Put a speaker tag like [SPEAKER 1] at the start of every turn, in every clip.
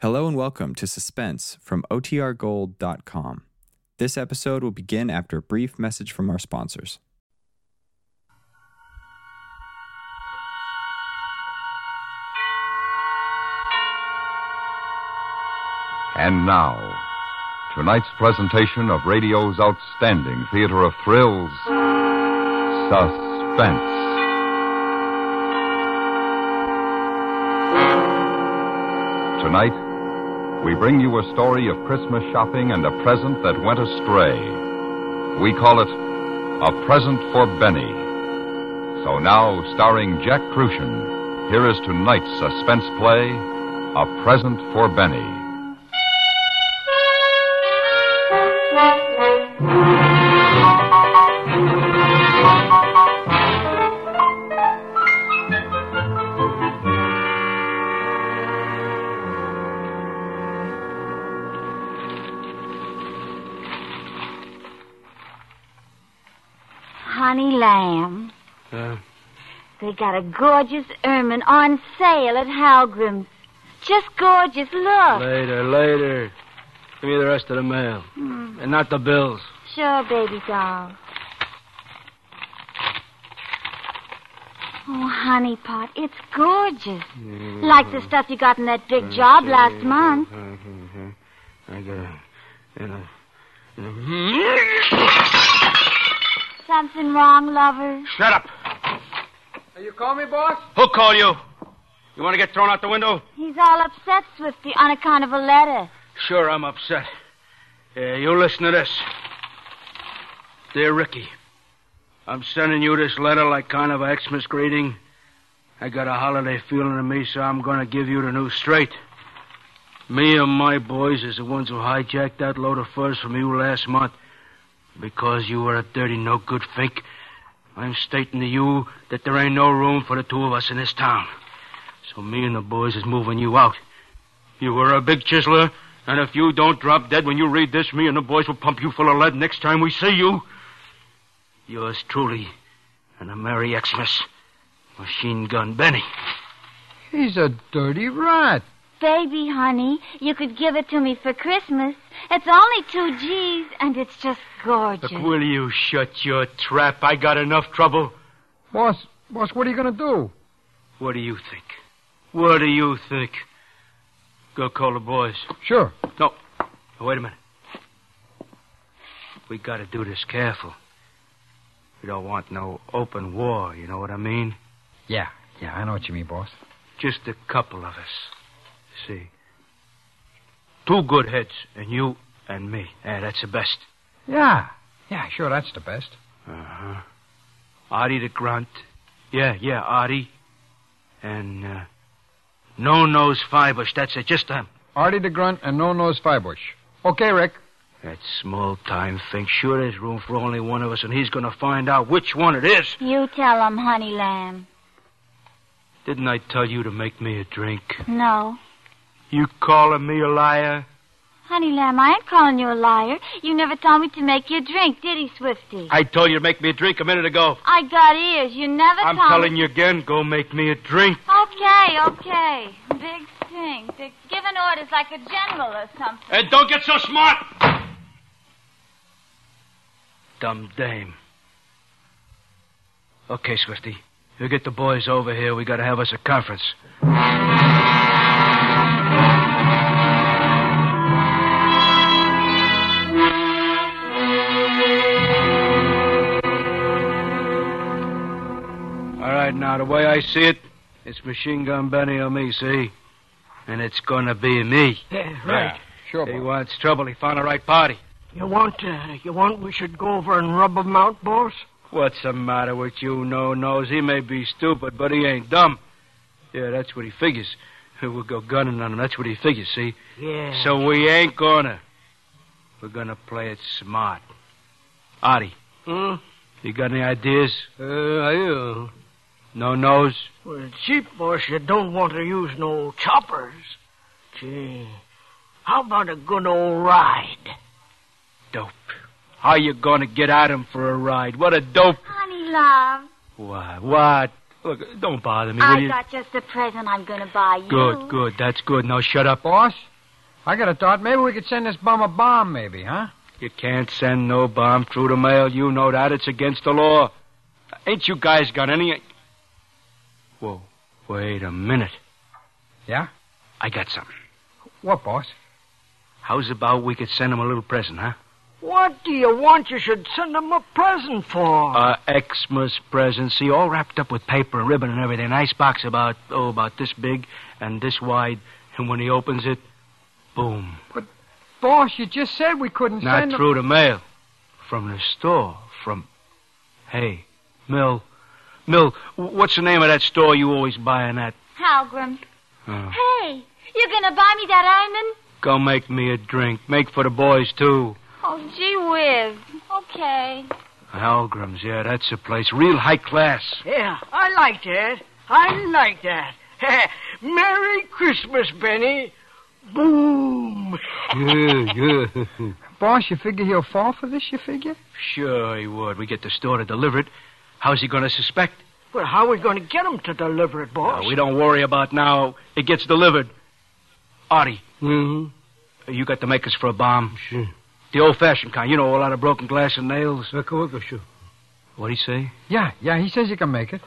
[SPEAKER 1] Hello and welcome to Suspense from OTRGold.com. This episode will begin after a brief message from our sponsors.
[SPEAKER 2] And now, tonight's presentation of radio's outstanding theater of thrills, Suspense. Tonight, we bring you a story of Christmas shopping and a present that went astray. We call it A Present for Benny. So now, starring Jack Crucian, here is tonight's suspense play, A Present for Benny.
[SPEAKER 3] Honey Lamb.
[SPEAKER 4] Uh,
[SPEAKER 3] They got a gorgeous ermine on sale at Halgrim's. Just gorgeous. Look.
[SPEAKER 4] later, later. Give me the rest of the mail.
[SPEAKER 3] Hmm.
[SPEAKER 4] And not the bills.
[SPEAKER 3] Sure, baby doll. Oh, honey pot, it's gorgeous.
[SPEAKER 5] Mm.
[SPEAKER 3] Like the stuff you got in that big job last month.
[SPEAKER 4] Hmm? I got a. And a
[SPEAKER 3] Something wrong, lover?
[SPEAKER 4] Shut up! You call me, boss? Who call you? You want to get thrown out the window?
[SPEAKER 3] He's all upset, Swifty, on account of a letter.
[SPEAKER 4] Sure, I'm upset. Yeah, you listen to this. Dear Ricky, I'm sending you this letter like kind of a Xmas greeting. I got a holiday feeling in me, so I'm going to give you the news straight. Me and my boys is the ones who hijacked that load of furs from you last month. Because you were a dirty, no good fink, I'm stating to you that there ain't no room for the two of us in this town. So me and the boys is moving you out. You were a big chiseler, and if you don't drop dead when you read this, me and the boys will pump you full of lead next time we see you. Yours truly, and a Merry Xmas, Machine Gun Benny.
[SPEAKER 5] He's a dirty rat.
[SPEAKER 3] Baby, honey, you could give it to me for Christmas. It's only two G's, and it's just gorgeous.
[SPEAKER 4] Look, will you shut your trap? I got enough trouble.
[SPEAKER 5] Boss, boss, what are you going to do?
[SPEAKER 4] What do you think? What do you think? Go call the boys.
[SPEAKER 5] Sure.
[SPEAKER 4] No. Now, Wait a minute. We gotta do this careful. We don't want no open war, you know what I mean?
[SPEAKER 5] Yeah, yeah, I know what you mean, boss.
[SPEAKER 4] Just a couple of us. See. Two good heads, and you and me. Yeah, that's the best.
[SPEAKER 5] Yeah, yeah, sure, that's the best.
[SPEAKER 4] Uh-huh. Artie the grunt. Yeah, yeah, Artie. And, uh, No Nose Fibush. That's it, just um, them.
[SPEAKER 5] Artie the Grunt and No Nose Fibush. Okay, Rick.
[SPEAKER 4] That small time thing. Sure, there's room for only one of us, and he's gonna find out which one it is.
[SPEAKER 3] You tell 'em, honey lamb.
[SPEAKER 4] Didn't I tell you to make me a drink?
[SPEAKER 3] No.
[SPEAKER 4] You calling me a liar?
[SPEAKER 3] Honey lamb, I ain't calling you a liar. You never told me to make you a drink, did he, Swifty?
[SPEAKER 4] I told you to make me a drink a minute ago.
[SPEAKER 3] I got ears. You never
[SPEAKER 4] I'm
[SPEAKER 3] told
[SPEAKER 4] telling you again, go make me a drink.
[SPEAKER 3] Okay, okay. Big thing. Big... Giving orders like a general or something.
[SPEAKER 4] And don't get so smart! Dumb dame. Okay, Swifty. You get the boys over here. We gotta have us a conference. All right, now, the way I see it, it's Machine Gun Benny or me, see? And it's gonna be me.
[SPEAKER 6] Yeah, right.
[SPEAKER 5] Sure,
[SPEAKER 4] He
[SPEAKER 5] boss.
[SPEAKER 4] wants trouble. He found the right party.
[SPEAKER 6] You want uh, you want we should go over and rub 'em out, boss?
[SPEAKER 4] What's the matter with you, No Nose? He may be stupid, but he ain't dumb. Yeah, that's what he figures. We'll go gunning on him. That's what he figures, see?
[SPEAKER 6] Yeah.
[SPEAKER 4] So we ain't gonna. We're gonna play it smart. Artie,
[SPEAKER 6] Hmm?
[SPEAKER 4] you got any ideas?
[SPEAKER 6] Uh, yeah.
[SPEAKER 4] No Nose?
[SPEAKER 6] Well, cheap, boss. You don't want to use no choppers. Gee, how about a good old ride?
[SPEAKER 4] Dope. How you gonna get at him for a ride? What a dope.
[SPEAKER 3] Honey love.
[SPEAKER 4] Why, what?
[SPEAKER 7] Look, don't bother me, will
[SPEAKER 3] I
[SPEAKER 7] you?
[SPEAKER 3] got just the present I'm going to buy you.
[SPEAKER 7] Good, good. That's good. Now shut up.
[SPEAKER 5] Boss, I got a thought. Maybe we could send this bum a bomb, maybe, huh?
[SPEAKER 4] You can't send no bomb through the mail. You know that. It's against the law. Ain't you guys got any. Whoa. Wait a minute.
[SPEAKER 5] Yeah?
[SPEAKER 4] I got something.
[SPEAKER 5] What, boss?
[SPEAKER 4] How's about we could send him a little present, huh?
[SPEAKER 6] What do you want you should send him a present for?
[SPEAKER 4] Uh, Xmas present. See, all wrapped up with paper and ribbon and everything. Nice box about, oh, about this big and this wide. And when he opens it, boom.
[SPEAKER 5] Boss, you just said we couldn't
[SPEAKER 4] Not
[SPEAKER 5] send
[SPEAKER 4] through the mail. From the store. From. Hey, Mill. Mill, wh- what's the name of that store you always buy in at?
[SPEAKER 3] Halgrim.
[SPEAKER 4] Oh.
[SPEAKER 3] Hey, you're going to buy me that almond?
[SPEAKER 4] Go make me a drink. Make for the boys, too.
[SPEAKER 3] Oh, gee whiz. Okay.
[SPEAKER 4] Algrim's, yeah, that's the place. Real high class.
[SPEAKER 6] yeah, I like that. I like that. Merry Christmas, Benny. Boom.
[SPEAKER 4] Yeah, yeah.
[SPEAKER 5] Boss, you figure he'll fall for this, you figure?
[SPEAKER 4] sure he would. We get the store to deliver it. How's he going to suspect?
[SPEAKER 6] Well, how are we going to get him to deliver it, boss?
[SPEAKER 4] Uh, we don't worry about now. It gets delivered. Artie,
[SPEAKER 6] Mm-hmm.
[SPEAKER 4] you got the makers for a bomb. The old-fashioned kind. You know, a lot of broken glass and nails. What'd he say?
[SPEAKER 5] Yeah, yeah, he says he can make it.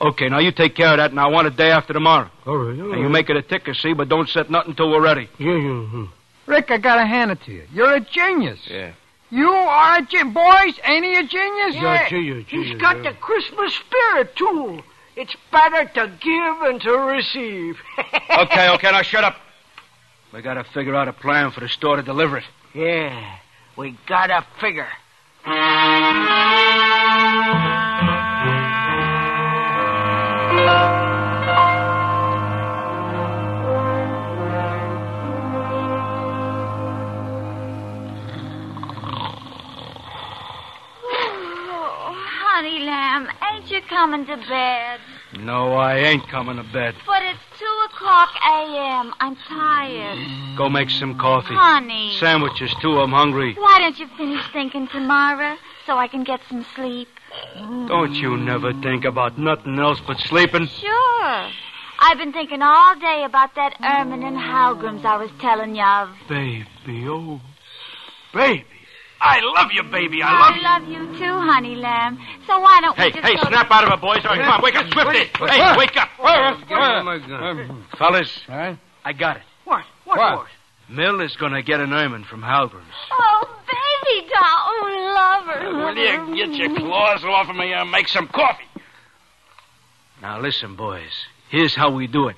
[SPEAKER 4] Okay, now you take care of that, and I want it day after tomorrow.
[SPEAKER 6] All right.
[SPEAKER 4] Now, you make it a ticker, see, but don't set nothing till we're ready.
[SPEAKER 6] Yeah, mm-hmm. yeah.
[SPEAKER 5] Rick, I gotta hand it to you. You're a genius.
[SPEAKER 4] Yeah.
[SPEAKER 5] You are a genius. Boys, ain't he a genius?
[SPEAKER 6] Yeah, He's got the Christmas spirit, too. It's better to give and to receive.
[SPEAKER 4] Okay, okay, now shut up. We gotta figure out a plan for the store to deliver it.
[SPEAKER 6] Yeah, we got a figure.
[SPEAKER 3] Oh, honey lamb, ain't you coming to bed?
[SPEAKER 4] No, I ain't coming to bed.
[SPEAKER 3] But it's 2 o'clock a.m. I'm tired.
[SPEAKER 4] Go make some coffee.
[SPEAKER 3] Honey.
[SPEAKER 4] Sandwiches, too. I'm hungry.
[SPEAKER 3] Why don't you finish thinking tomorrow so I can get some sleep?
[SPEAKER 4] Don't you never think about nothing else but sleeping.
[SPEAKER 3] Sure. I've been thinking all day about that ermine and Halgrim's I was telling you of.
[SPEAKER 4] Baby, oh.
[SPEAKER 6] Baby. I love you, baby.
[SPEAKER 3] I love you too, honey lamb. So why don't
[SPEAKER 7] Hey,
[SPEAKER 3] we just
[SPEAKER 7] hey,
[SPEAKER 3] go to-
[SPEAKER 7] snap out of it, boys. All right, come on, wake up swiftly. Hey, wake up.
[SPEAKER 4] Oh, my God. Fellas,
[SPEAKER 5] Huh?
[SPEAKER 4] I got it.
[SPEAKER 6] What? What?
[SPEAKER 5] What?
[SPEAKER 6] What?
[SPEAKER 4] Mill is gonna get an ermine from Halgrim's.
[SPEAKER 3] Oh, baby doll. Oh, lover.
[SPEAKER 7] Will you get your claws off of me and make some coffee?
[SPEAKER 4] Now listen, boys. Here's how we do it.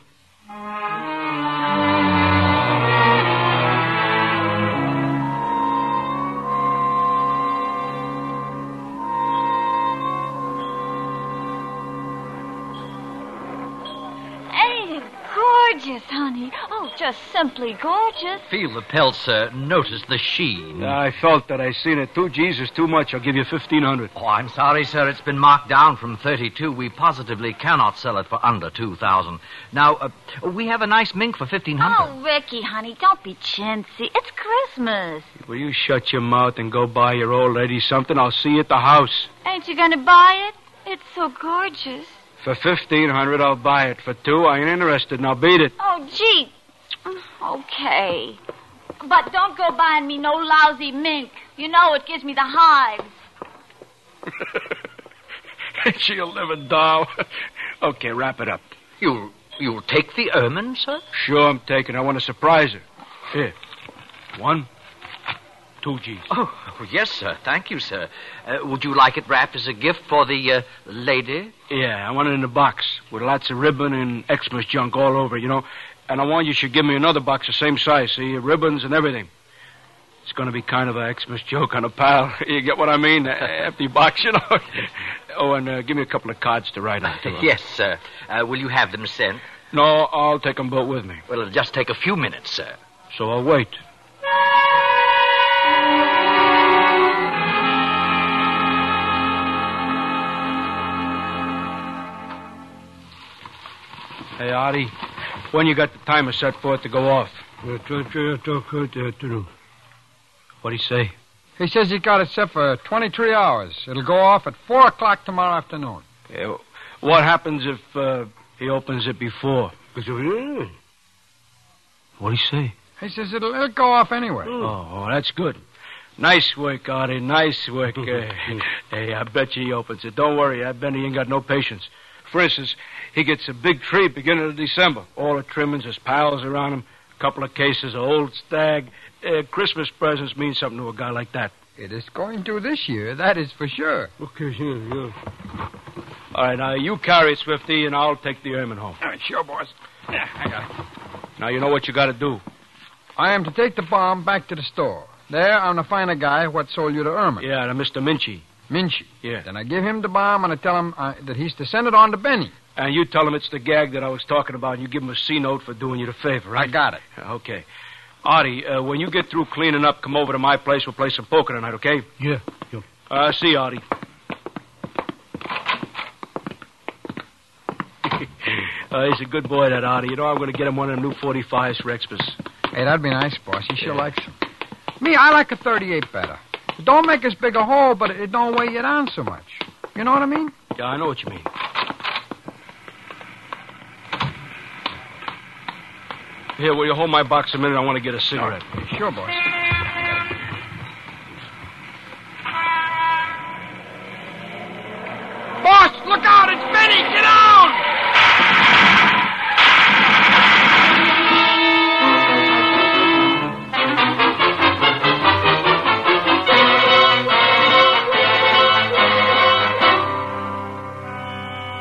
[SPEAKER 3] Ain't it gorgeous, honey? Oh, just simply gorgeous.
[SPEAKER 8] Feel the pelts, sir. Notice the sheen.
[SPEAKER 4] I felt that I seen it. Two G's is too much. I'll give you fifteen hundred.
[SPEAKER 8] Oh, I'm sorry, sir. It's been marked down from 32. We positively cannot sell it for under 2,000. Now, uh, we have a nice mink for 1,500.
[SPEAKER 3] Oh, Ricky, honey, don't be chintzy. It's Christmas.
[SPEAKER 4] Will you shut your mouth and go buy your old lady something? I'll see you at the house.
[SPEAKER 3] Ain't you gonna buy it? It's so gorgeous.
[SPEAKER 4] For fifteen hundred, I'll buy it. For two, I ain't interested. Now beat it.
[SPEAKER 3] Oh, gee. Okay. But don't go buying me no lousy mink. You know it gives me the hives.
[SPEAKER 4] Ain't she a living doll? okay, wrap it up.
[SPEAKER 8] You'll, you'll take the ermine, sir?
[SPEAKER 4] Sure, I'm taking. it. I want to surprise her. Here, one, two G's.
[SPEAKER 8] Oh, yes, sir. Thank you, sir. Uh, would you like it wrapped as a gift for the uh, lady?
[SPEAKER 4] Yeah, I want it in a box with lots of ribbon and Xmas junk all over, you know. And I want you should give me another box the same size, see, ribbons and everything. It's going to be kind of a Xmas joke on a pal. You get what I mean? A empty box, you know. oh, and uh, give me a couple of cards to write on. too.
[SPEAKER 8] Yes, sir. Uh, will you have them sent?
[SPEAKER 4] No, I'll take them both with me.
[SPEAKER 8] Well, it'll just take a few minutes, sir.
[SPEAKER 4] So I'll wait. Hey, Artie, when you got the timer set for it to go off? What'd he say?
[SPEAKER 5] He says he got it set for 23 hours. It'll go off at 4 o'clock tomorrow afternoon.
[SPEAKER 4] Yeah, Eh, What happens if uh, he opens it before? Because if- What'd he say?
[SPEAKER 5] He says it'll, it'll go off anyway.
[SPEAKER 4] Oh, oh, that's good. Nice work, Artie. Nice work. Uh, hey, I bet you he opens it. Don't worry. I bet he ain't got no patience. For instance, he gets a big tree beginning of December. All the trimmings, his pals around him, a couple of cases of old stag. Uh, Christmas presents mean something to a guy like that.
[SPEAKER 5] It is going to this year, that is for sure.
[SPEAKER 4] Okay, yeah, yeah. All right, now you carry it, Swifty, and I'll take the ermine home.
[SPEAKER 7] All right, sure, boss. Yeah, I got it.
[SPEAKER 4] Now you know what you got to do.
[SPEAKER 5] I am to take the bomb back to the store. There, I'm to find a guy what sold you to Ermin,
[SPEAKER 4] Yeah, to Mr. Minchie.
[SPEAKER 5] Minchie.
[SPEAKER 4] Yeah.
[SPEAKER 5] Then I give him the bomb and I tell him uh, that he's to send it on to Benny.
[SPEAKER 4] And you tell him it's the gag that I was talking about, and you give him a C note for doing you the favor, right? Uh,
[SPEAKER 5] I got it.
[SPEAKER 4] Okay. Artie, uh, when you get through cleaning up, come over to my place. We'll play some poker tonight, okay?
[SPEAKER 7] Yeah,
[SPEAKER 4] yeah. Uh, see you, Artie. uh, he's a good boy, that Artie. You know, I'm going to get him one of them new 45s for Xmas.
[SPEAKER 5] Hey, that'd be nice, boss. He sure likes them. Me, I like a 38 better. It don't make as big a hole, but it don't weigh you down so much. You know what I mean?
[SPEAKER 4] Yeah, I know what you mean. Here, will you hold my box a minute? I want to get a cigarette.
[SPEAKER 5] Sure, boss.
[SPEAKER 6] Boss, look out! It's Benny! Get out!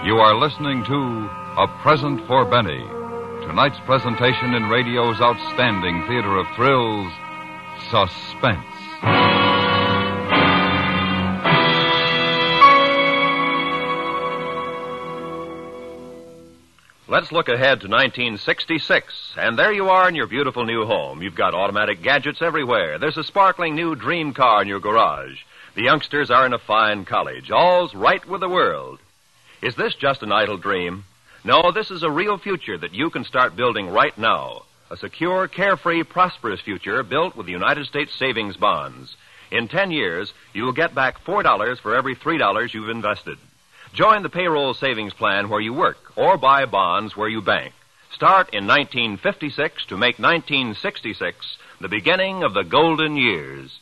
[SPEAKER 2] You are listening to A Present for Benny. Tonight's presentation in radio's outstanding theater of thrills, Suspense.
[SPEAKER 9] Let's look ahead to 1966. And there you are in your beautiful new home. You've got automatic gadgets everywhere. There's a sparkling new dream car in your garage. The youngsters are in a fine college. All's right with the world. Is this just an idle dream? No, this is a real future that you can start building right now. A secure, carefree, prosperous future built with United States savings bonds. In 10 years, you will get back $4 for every $3 you've invested. Join the payroll savings plan where you work or buy bonds where you bank. Start in 1956 to make 1966 the beginning of the golden years.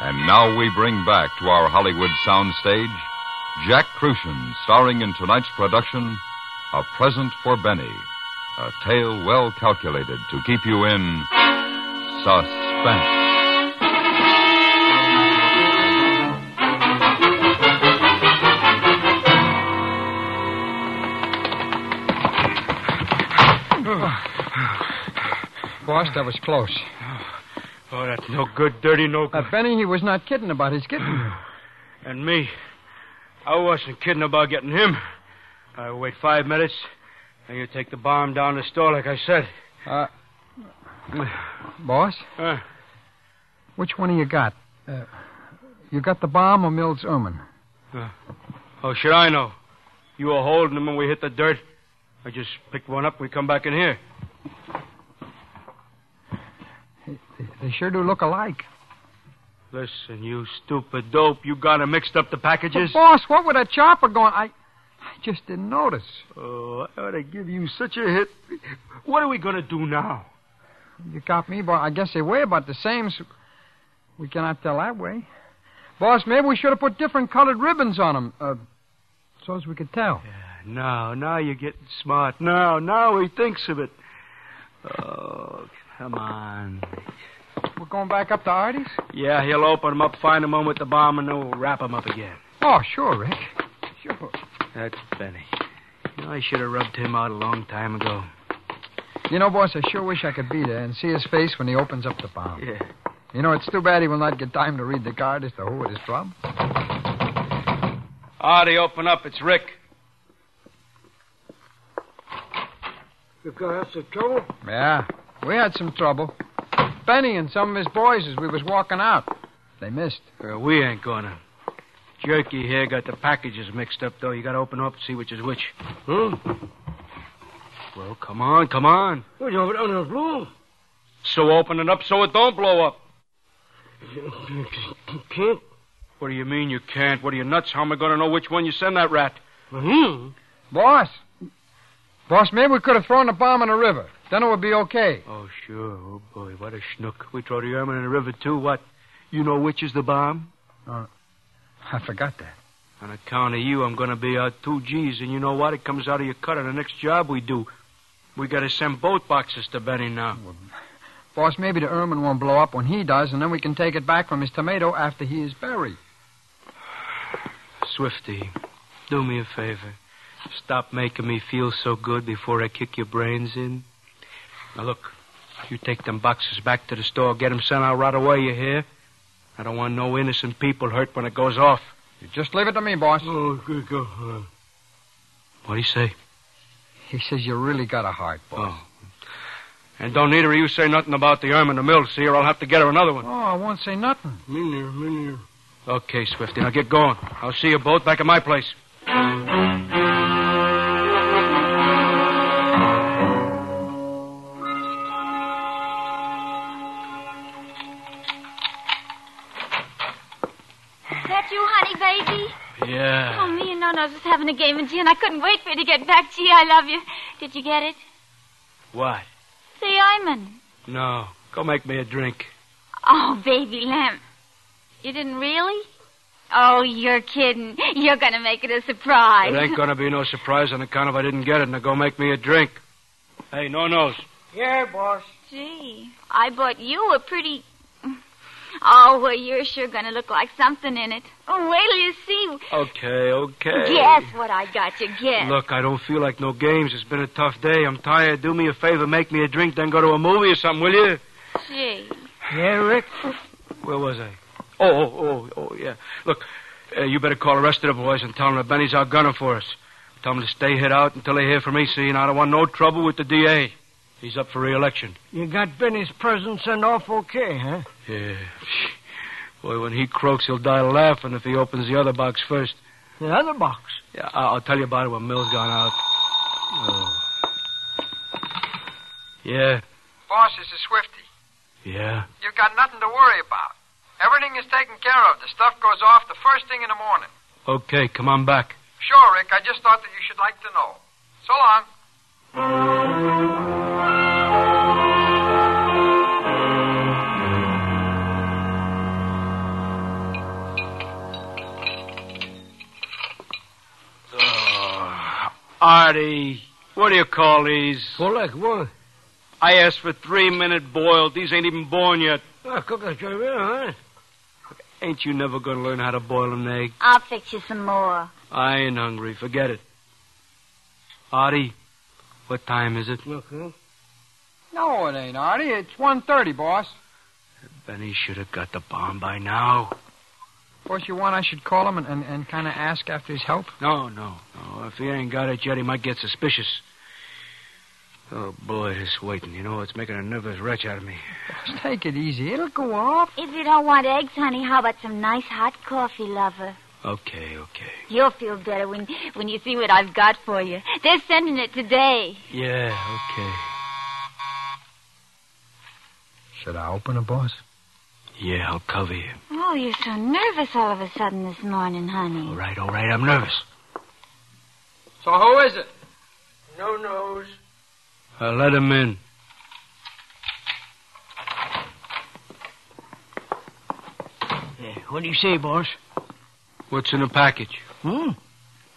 [SPEAKER 2] And now we bring back to our Hollywood soundstage Jack Crucian, starring in tonight's production, A Present for Benny. A tale well calculated to keep you in suspense.
[SPEAKER 5] Boss, that was close.
[SPEAKER 4] Oh, that's no good, dirty, no
[SPEAKER 5] Uh, Benny, he was not kidding about his kitten.
[SPEAKER 4] And me. I wasn't kidding about getting him. I wait five minutes, and you take the bomb down the store, like I said.
[SPEAKER 5] Uh, boss,
[SPEAKER 4] Uh,
[SPEAKER 5] which one of you got? Uh, you got the bomb or Mills Erman?
[SPEAKER 4] oh, should I know? You were holding him when we hit the dirt. I just picked one up. We come back in here.
[SPEAKER 5] They sure do look alike.
[SPEAKER 4] Listen, you stupid dope. You got him mixed up the packages.
[SPEAKER 5] But boss, what with that chopper going? I, I just didn't notice.
[SPEAKER 4] Oh, I ought to give you such a hit. What are we going to do now?
[SPEAKER 5] You got me, boss. I guess they weigh about the same. So we cannot tell that way. Boss, maybe we should have put different colored ribbons on them, uh, so as we could tell.
[SPEAKER 4] Now, Oh, now you're getting smart. Now, now he thinks of it. Oh, come on.
[SPEAKER 5] We're going back up to Artie's.
[SPEAKER 4] Yeah, he'll open him up, find him with the bomb, and then we'll wrap him up again.
[SPEAKER 5] Oh, sure, Rick. Sure.
[SPEAKER 4] That's Benny. You know, I should have rubbed him out a long time ago.
[SPEAKER 5] You know, boss, I sure wish I could be there and see his face when he opens up the bomb.
[SPEAKER 4] Yeah.
[SPEAKER 5] You know, it's too bad he will not get time to read the card as to who it is from.
[SPEAKER 4] Artie, open up. It's Rick.
[SPEAKER 6] You got us in trouble?
[SPEAKER 5] Yeah, we had some trouble. Benny and some of his boys as we was walking out. They missed.
[SPEAKER 4] Uh, we ain't gonna. Jerky here got the packages mixed up, though. You gotta open up and see which is which. Hmm?
[SPEAKER 6] Huh?
[SPEAKER 4] Well, come on, come on.
[SPEAKER 6] Well, you down in the blue.
[SPEAKER 4] So open it up so it don't blow up.
[SPEAKER 6] Can't.
[SPEAKER 4] What do you mean you can't? What are you nuts? How am I going to know which one you send that rat?
[SPEAKER 5] Hmm. Boss. Boss, maybe we could have thrown the bomb in the river. Then it would be okay.
[SPEAKER 4] Oh, sure. Oh, boy, what a schnook. We throw the airman in the river, too. What? You know which is the bomb?
[SPEAKER 5] Uh, I forgot that.
[SPEAKER 4] On account of you, I'm going to be out two G's, and you know what? It comes out of your cut on the next job we do. We got to send both boxes to Benny now.
[SPEAKER 5] Boss, maybe the ermine won't blow up when he does, and then we can take it back from his tomato after he is buried.
[SPEAKER 4] Swifty, do me a favor. Stop making me feel so good before I kick your brains in. Now, look, you take them boxes back to the store, get 'em sent out right away, you hear? I don't want no innocent people hurt when it goes off.
[SPEAKER 5] You just leave it to me, boss.
[SPEAKER 4] Oh, good, go. Uh, What'd he say?
[SPEAKER 5] He says you really got a heart, boss.
[SPEAKER 4] Oh. And don't either of you say nothing about the arm in the mill, see, or I'll have to get her another one.
[SPEAKER 5] Oh, I won't say nothing.
[SPEAKER 4] Me neither, me neither. Okay, Swifty, now get going. I'll see you both back at my place.
[SPEAKER 3] That you, honey, baby?
[SPEAKER 4] Yeah.
[SPEAKER 3] Oh, me and Nono's was having a game of gin. I couldn't wait for you to get back. Gee, I love you. Did you get it?
[SPEAKER 4] What?
[SPEAKER 3] The Iman.
[SPEAKER 4] No. Go make me a drink.
[SPEAKER 3] Oh, baby lamb. You didn't really? Oh, you're kidding. You're going to make it a surprise.
[SPEAKER 4] It ain't gonna be no surprise on account of I didn't get it. Now go make me a drink. Hey, no nose.
[SPEAKER 6] Yeah, boss.
[SPEAKER 3] Gee, I bought you a pretty. Oh, well, you're sure going to look like something in it. Oh, wait till you see.
[SPEAKER 4] Okay, okay.
[SPEAKER 3] Guess what I got you. Guess.
[SPEAKER 4] Look, I don't feel like no games. It's been a tough day. I'm tired. Do me a favor, make me a drink, then go to a movie or something, will you?
[SPEAKER 3] Gee.
[SPEAKER 6] Yeah, Rick.
[SPEAKER 4] Where was I? Oh, oh, oh, oh, yeah. Look, uh, you better call the rest of the boys and tell them that Benny's out gunning for us. Tell them to stay hid out until they hear from me, see, and I don't want no trouble with the DA. He's up for re-election.
[SPEAKER 6] You got Benny's present sent off okay, huh?
[SPEAKER 4] Yeah. Boy, when he croaks, he'll die laughing if he opens the other box first.
[SPEAKER 6] The other box.
[SPEAKER 4] Yeah, I- I'll tell you about it when Mill's gone out. Oh. Yeah,
[SPEAKER 5] Boss, this is Swifty.
[SPEAKER 4] yeah.
[SPEAKER 5] You've got nothing to worry about. Everything is taken care of. The stuff goes off the first thing in the morning.
[SPEAKER 4] Okay, come on back.
[SPEAKER 5] Sure, Rick. I just thought that you should like to know. So long.
[SPEAKER 4] Oh, Artie, what do you call these?
[SPEAKER 6] Well, like what?
[SPEAKER 4] I asked for three-minute boiled. These ain't even born yet.
[SPEAKER 6] Ah, cook a huh?
[SPEAKER 4] Ain't you never going to learn how to boil an egg?
[SPEAKER 3] I'll fix you some more.
[SPEAKER 4] I ain't hungry. Forget it. Artie, what time is it?
[SPEAKER 6] Look, huh?
[SPEAKER 5] No, it ain't, Artie. It's one thirty, boss.
[SPEAKER 4] Benny should have got the bomb by now.
[SPEAKER 5] Boss, you want I should call him and, and, and kind of ask after his health?
[SPEAKER 4] No, no, no. Oh, If he ain't got it yet, he might get suspicious. Oh, boy, this waiting. You know, it's making a nervous wretch out of me.
[SPEAKER 5] Just take it easy. It'll go off.
[SPEAKER 3] If you don't want eggs, honey, how about some nice hot coffee, lover?
[SPEAKER 4] Okay, okay.
[SPEAKER 3] You'll feel better when, when you see what I've got for you. They're sending it today.
[SPEAKER 4] Yeah, okay.
[SPEAKER 5] Should I open it, boss?
[SPEAKER 4] Yeah, I'll cover you.
[SPEAKER 3] Oh, you're so nervous all of a sudden this morning, honey.
[SPEAKER 4] All right, all right. I'm nervous.
[SPEAKER 5] So who is it?
[SPEAKER 6] No nose.
[SPEAKER 4] I let him in.
[SPEAKER 6] Yeah, what do you say, boss?
[SPEAKER 4] What's in the package?
[SPEAKER 6] Hmm?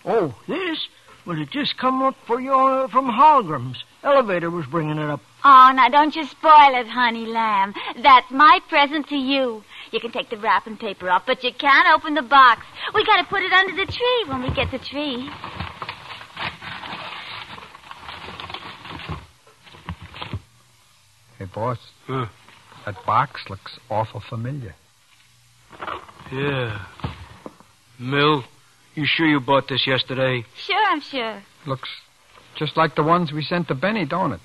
[SPEAKER 6] Oh, this? Well, it just come up for you uh, from Holgram's. Elevator was bringing it up.
[SPEAKER 3] Oh, now don't you spoil it, honey lamb. That's my present to you. You can take the wrapping paper off, but you can't open the box. We gotta put it under the tree when we get the tree.
[SPEAKER 5] Hey, boss.
[SPEAKER 4] Huh.
[SPEAKER 5] That box looks awful familiar.
[SPEAKER 4] Yeah. Mill, you sure you bought this yesterday?
[SPEAKER 3] Sure, I'm sure.
[SPEAKER 5] Looks just like the ones we sent to Benny, don't it?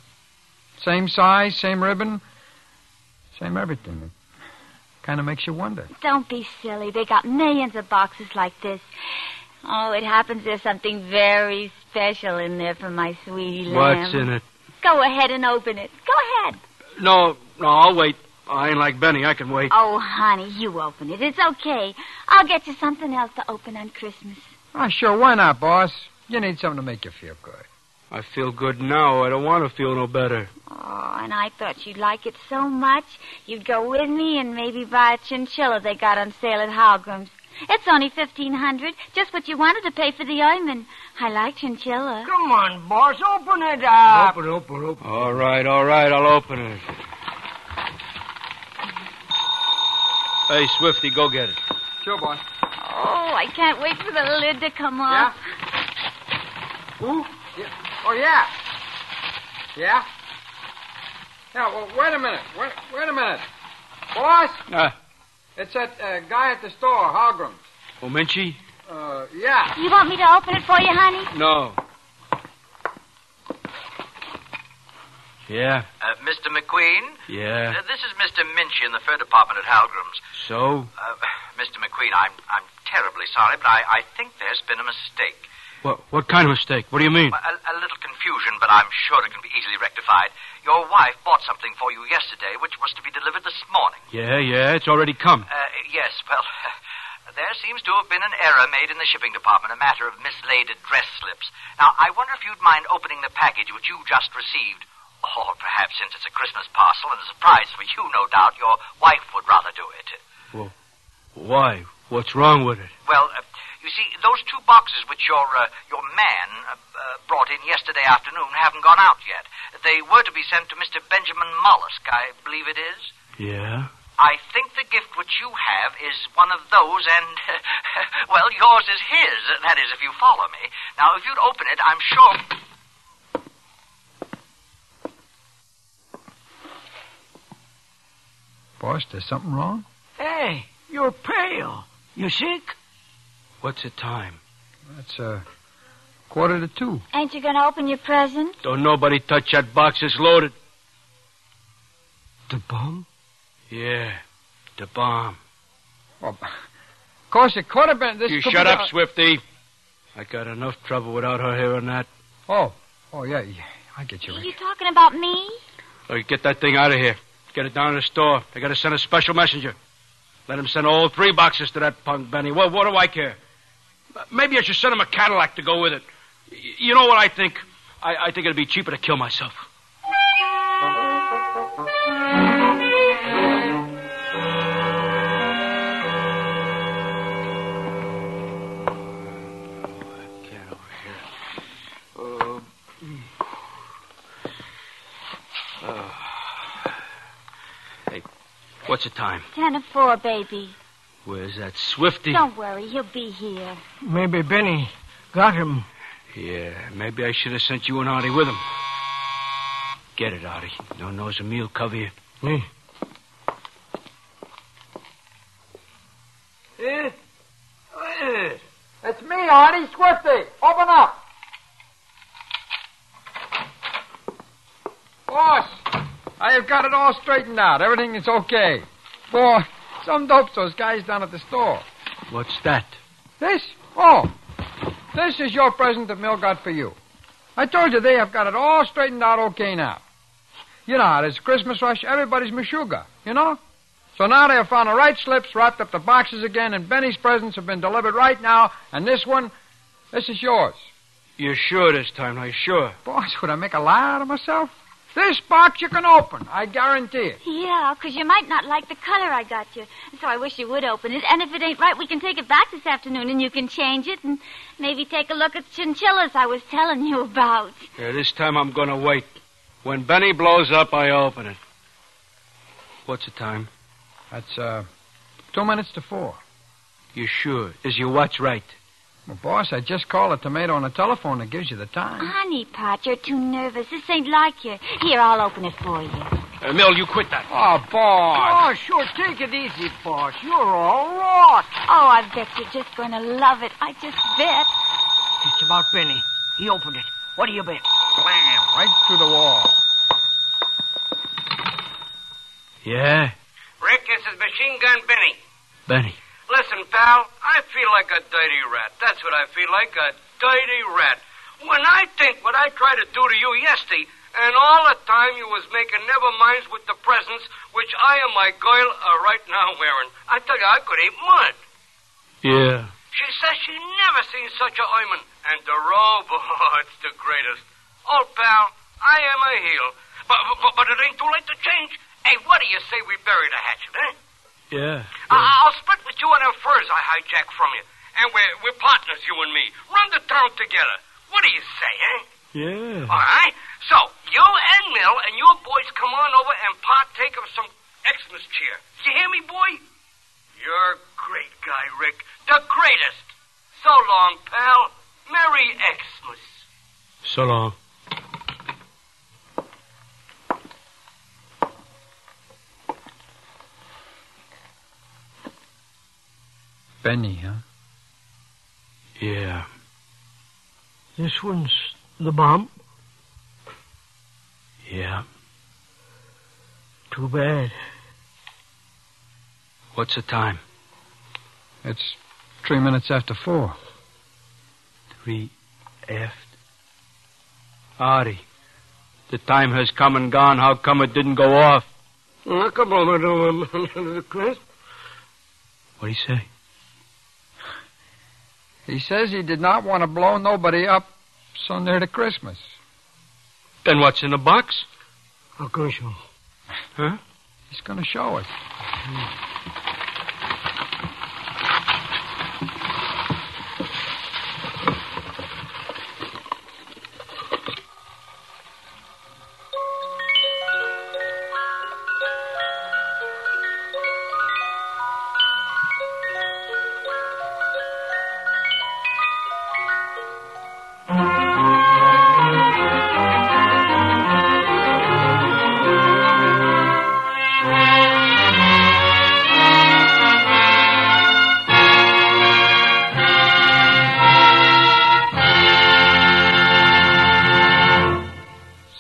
[SPEAKER 5] Same size, same ribbon, same everything. It kind of makes you wonder.
[SPEAKER 3] Don't be silly. They got millions of boxes like this. Oh, it happens there's something very special in there for my sweetie lamb.
[SPEAKER 4] What's in it?
[SPEAKER 3] Go ahead and open it. Go ahead.
[SPEAKER 4] No, no, I'll wait. I ain't like Benny. I can wait.
[SPEAKER 3] Oh, honey, you open it. It's okay. I'll get you something else to open on Christmas.
[SPEAKER 5] Oh, sure, why not, boss? You need something to make you feel good.
[SPEAKER 4] I feel good now. I don't want to feel no better.
[SPEAKER 3] Oh, and I thought you'd like it so much, you'd go with me and maybe buy a chinchilla they got on sale at Halgrim's. It's only fifteen hundred, just what you wanted to pay for the ointment. I like chinchilla.
[SPEAKER 6] Come on, boss, open it up.
[SPEAKER 5] Open, open, open.
[SPEAKER 4] All right, all right. I'll open it. Hey, Swifty, go get it.
[SPEAKER 5] Sure, boss.
[SPEAKER 3] Oh, I can't wait for the lid to come off.
[SPEAKER 5] Who? Yeah. Oh, yeah. Yeah? Yeah, well, wait a minute. Wait, wait a minute. Boss,
[SPEAKER 4] Uh,
[SPEAKER 5] it's that uh, guy at the store, Hargrim.
[SPEAKER 4] Oh, Ominchi?
[SPEAKER 5] Uh, yeah.
[SPEAKER 3] You want me to open it for you, honey?
[SPEAKER 4] No. Yeah,
[SPEAKER 8] Uh, Mr. McQueen?
[SPEAKER 4] yeah.
[SPEAKER 8] Uh, this is Mr. Minchie in the fur department at Halgrim's.
[SPEAKER 4] So?
[SPEAKER 8] Uh, Mr. McQueen, I'm, I'm terribly sorry, but I, I think there's been a mistake.
[SPEAKER 4] What, what kind of mistake? What do you mean?
[SPEAKER 8] A, a little confusion, but I'm sure it can be easily rectified. Your wife bought something for you yesterday, which was to be delivered this morning.
[SPEAKER 4] Yeah, yeah, it's already come.
[SPEAKER 8] Uh, yes, well, there seems to have been an error made in the shipping department, a matter of mislaid address slips. Now, I wonder if you'd mind opening the package which you just received. Or perhaps since it's a Christmas parcel and a surprise for you, no doubt, your wife would rather do it.
[SPEAKER 4] Why? What's wrong with it?
[SPEAKER 8] Well, uh, you see, those two boxes which your uh, your man uh, uh, brought in yesterday afternoon haven't gone out yet. They were to be sent to Mr. Benjamin Mollusk, I believe it is.
[SPEAKER 4] Yeah?
[SPEAKER 8] I think the gift which you have is one of those, and well, yours is his. That is, if you follow me. Now, if you'd open it, I'm sure.
[SPEAKER 5] Boss, there's something wrong?
[SPEAKER 6] Hey, you're pale. You sick?
[SPEAKER 4] What's the time?
[SPEAKER 5] That's, uh, quarter to two.
[SPEAKER 3] Ain't you going to open your present?
[SPEAKER 4] Don't nobody touch that box. It's loaded.
[SPEAKER 5] The bomb?
[SPEAKER 4] Yeah, the bomb.
[SPEAKER 5] Well, of course, it could have been. This
[SPEAKER 4] you
[SPEAKER 5] could
[SPEAKER 4] shut
[SPEAKER 5] be-
[SPEAKER 4] up, Swifty. I got enough trouble without her hearing that.
[SPEAKER 5] Oh, oh, yeah, yeah. I get you.
[SPEAKER 3] Are
[SPEAKER 5] Rick.
[SPEAKER 3] you talking about me?
[SPEAKER 4] Oh, get that thing out of here. Get it down to the store. They got to send a special messenger. Let him send all three boxes to that punk, Benny. Well, what do I care? M- Maybe I should send him a Cadillac to go with it. Y- you know what I think? I, I think it'd be cheaper to kill myself. What's the time?
[SPEAKER 3] Ten to four, baby.
[SPEAKER 4] Where's that Swifty?
[SPEAKER 3] Don't worry, he'll be here.
[SPEAKER 6] Maybe Benny got him.
[SPEAKER 4] Yeah, maybe I should have sent you and Artie with him. Get it, Artie. No nose a meal, cover you.
[SPEAKER 6] Eh? Eh?
[SPEAKER 5] It's me, Artie Swifty. Open up. Boss, I have got it all straightened out. Everything is okay. Boy, some dope's those guys down at the store.
[SPEAKER 4] What's that?
[SPEAKER 5] This? Oh, this is your present that Mill got for you. I told you they have got it all straightened out okay now. You know how this Christmas rush, everybody's meshuga, you know? So now they have found the right slips, wrapped up the boxes again, and Benny's presents have been delivered right now, and this one, this is yours.
[SPEAKER 4] You're sure this time, are you sure?
[SPEAKER 5] Boss, would I make a lie out of myself? This box you can open, I guarantee it.
[SPEAKER 3] Yeah, 'cause you might not like the color I got you. So I wish you would open it. And if it ain't right, we can take it back this afternoon and you can change it and maybe take a look at chinchillas I was telling you about.
[SPEAKER 4] Yeah, this time I'm going to wait. When Benny blows up, I open it. What's the time?
[SPEAKER 5] That's, uh, two minutes to four.
[SPEAKER 4] You sure? Is your watch right?
[SPEAKER 5] Well, boss, I just called a tomato on the telephone that gives you the time.
[SPEAKER 3] Honey pot, you're too nervous. This ain't like you. Here, I'll open it for you.
[SPEAKER 4] Uh, Mill, you quit that.
[SPEAKER 5] Oh, boss.
[SPEAKER 6] Oh, sure, take it easy, boss. You're all wrought.
[SPEAKER 3] Oh, I bet you're just going to love it. I just bet.
[SPEAKER 6] It's about Benny. He opened it. What do you bet?
[SPEAKER 5] Blam, right through the wall.
[SPEAKER 4] Yeah,
[SPEAKER 10] Rick, this is Machine Gun Benny.
[SPEAKER 4] Benny.
[SPEAKER 10] Listen, pal, I feel like a dirty rat. That's what I feel like, a dirty rat. When I think what I tried to do to you yesterday, And all the time you was making never minds with the presents which I and my girl are right now wearing. I tell you, I could eat mud.
[SPEAKER 4] Yeah.
[SPEAKER 10] She says she never seen such a omen. And the robe, oh, it's the greatest. Old pal, I am a heel. But, but, but it ain't too late to change. Hey, what do you say we bury the hatchet, eh?
[SPEAKER 4] Yeah.
[SPEAKER 10] I- I'll split with you on them furs I hijacked from you. And we're, we're partners, you and me. Run the town together. What do you say, eh?
[SPEAKER 4] Yeah.
[SPEAKER 10] All right? So, you and Mill and your boys come on over and partake of some Xmas cheer. You hear me, boy? You're a great guy, Rick. The greatest. So long, pal. Merry Xmas.
[SPEAKER 4] So long.
[SPEAKER 5] Benny, huh?
[SPEAKER 4] Yeah.
[SPEAKER 6] This one's the bomb.
[SPEAKER 4] Yeah.
[SPEAKER 6] Too bad.
[SPEAKER 4] What's the time?
[SPEAKER 5] It's three minutes after four.
[SPEAKER 4] Three aft. Artie, the time has come and gone. How come it didn't go off?
[SPEAKER 10] Well, come on,
[SPEAKER 6] oh,
[SPEAKER 10] over, Chris.
[SPEAKER 4] What do you say?
[SPEAKER 5] He says he did not want to blow nobody up so near to Christmas.
[SPEAKER 4] Then what's in the box?
[SPEAKER 6] I'll go show.
[SPEAKER 4] Huh?
[SPEAKER 5] He's going to show us.
[SPEAKER 4] Hmm.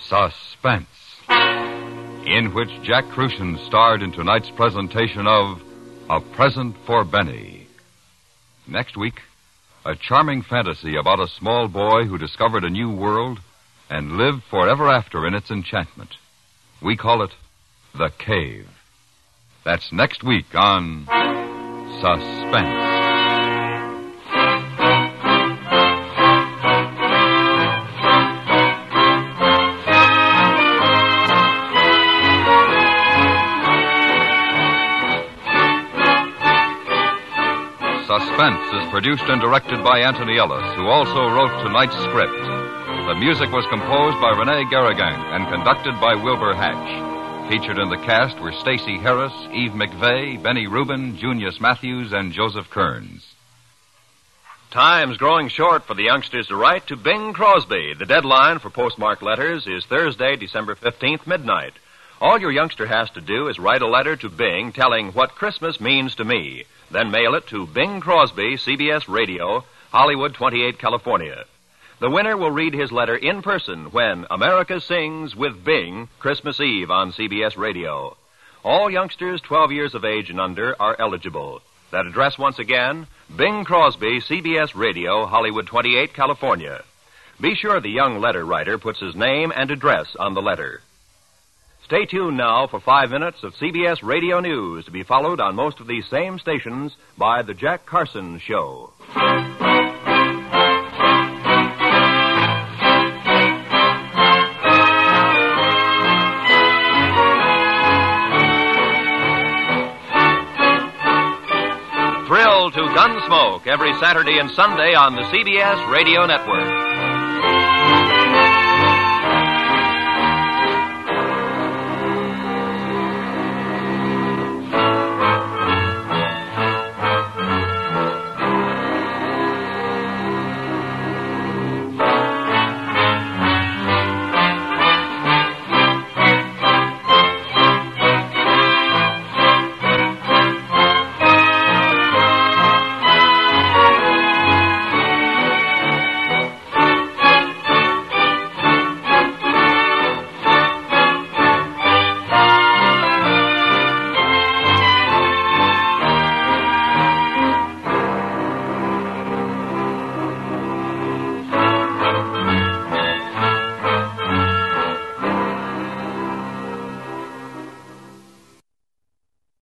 [SPEAKER 2] Suspense, in which Jack Crucian starred in tonight's presentation of A Present for Benny. Next week, a charming fantasy about a small boy who discovered a new world and lived forever after in its enchantment. We call it The Cave. That's next week on Suspense. Suspense is produced and directed by Anthony Ellis, who also wrote tonight's script. The music was composed by Renee Garrigan and conducted by Wilbur Hatch. Featured in the cast were Stacy Harris, Eve McVeigh, Benny Rubin, Junius Matthews, and Joseph Kearns.
[SPEAKER 9] Time's growing short for the youngsters to write to Bing Crosby. The deadline for postmark letters is Thursday, December 15th, midnight. All your youngster has to do is write a letter to Bing telling what Christmas means to me. Then mail it to Bing Crosby, CBS Radio, Hollywood 28, California. The winner will read his letter in person when America Sings with Bing, Christmas Eve on CBS Radio. All youngsters 12 years of age and under are eligible. That address once again, Bing Crosby, CBS Radio, Hollywood 28, California. Be sure the young letter writer puts his name and address on the letter. Stay tuned now for five minutes of CBS Radio News to be followed on most of these same stations by The Jack Carson Show. Thrill to Gunsmoke every Saturday and Sunday on the CBS Radio Network.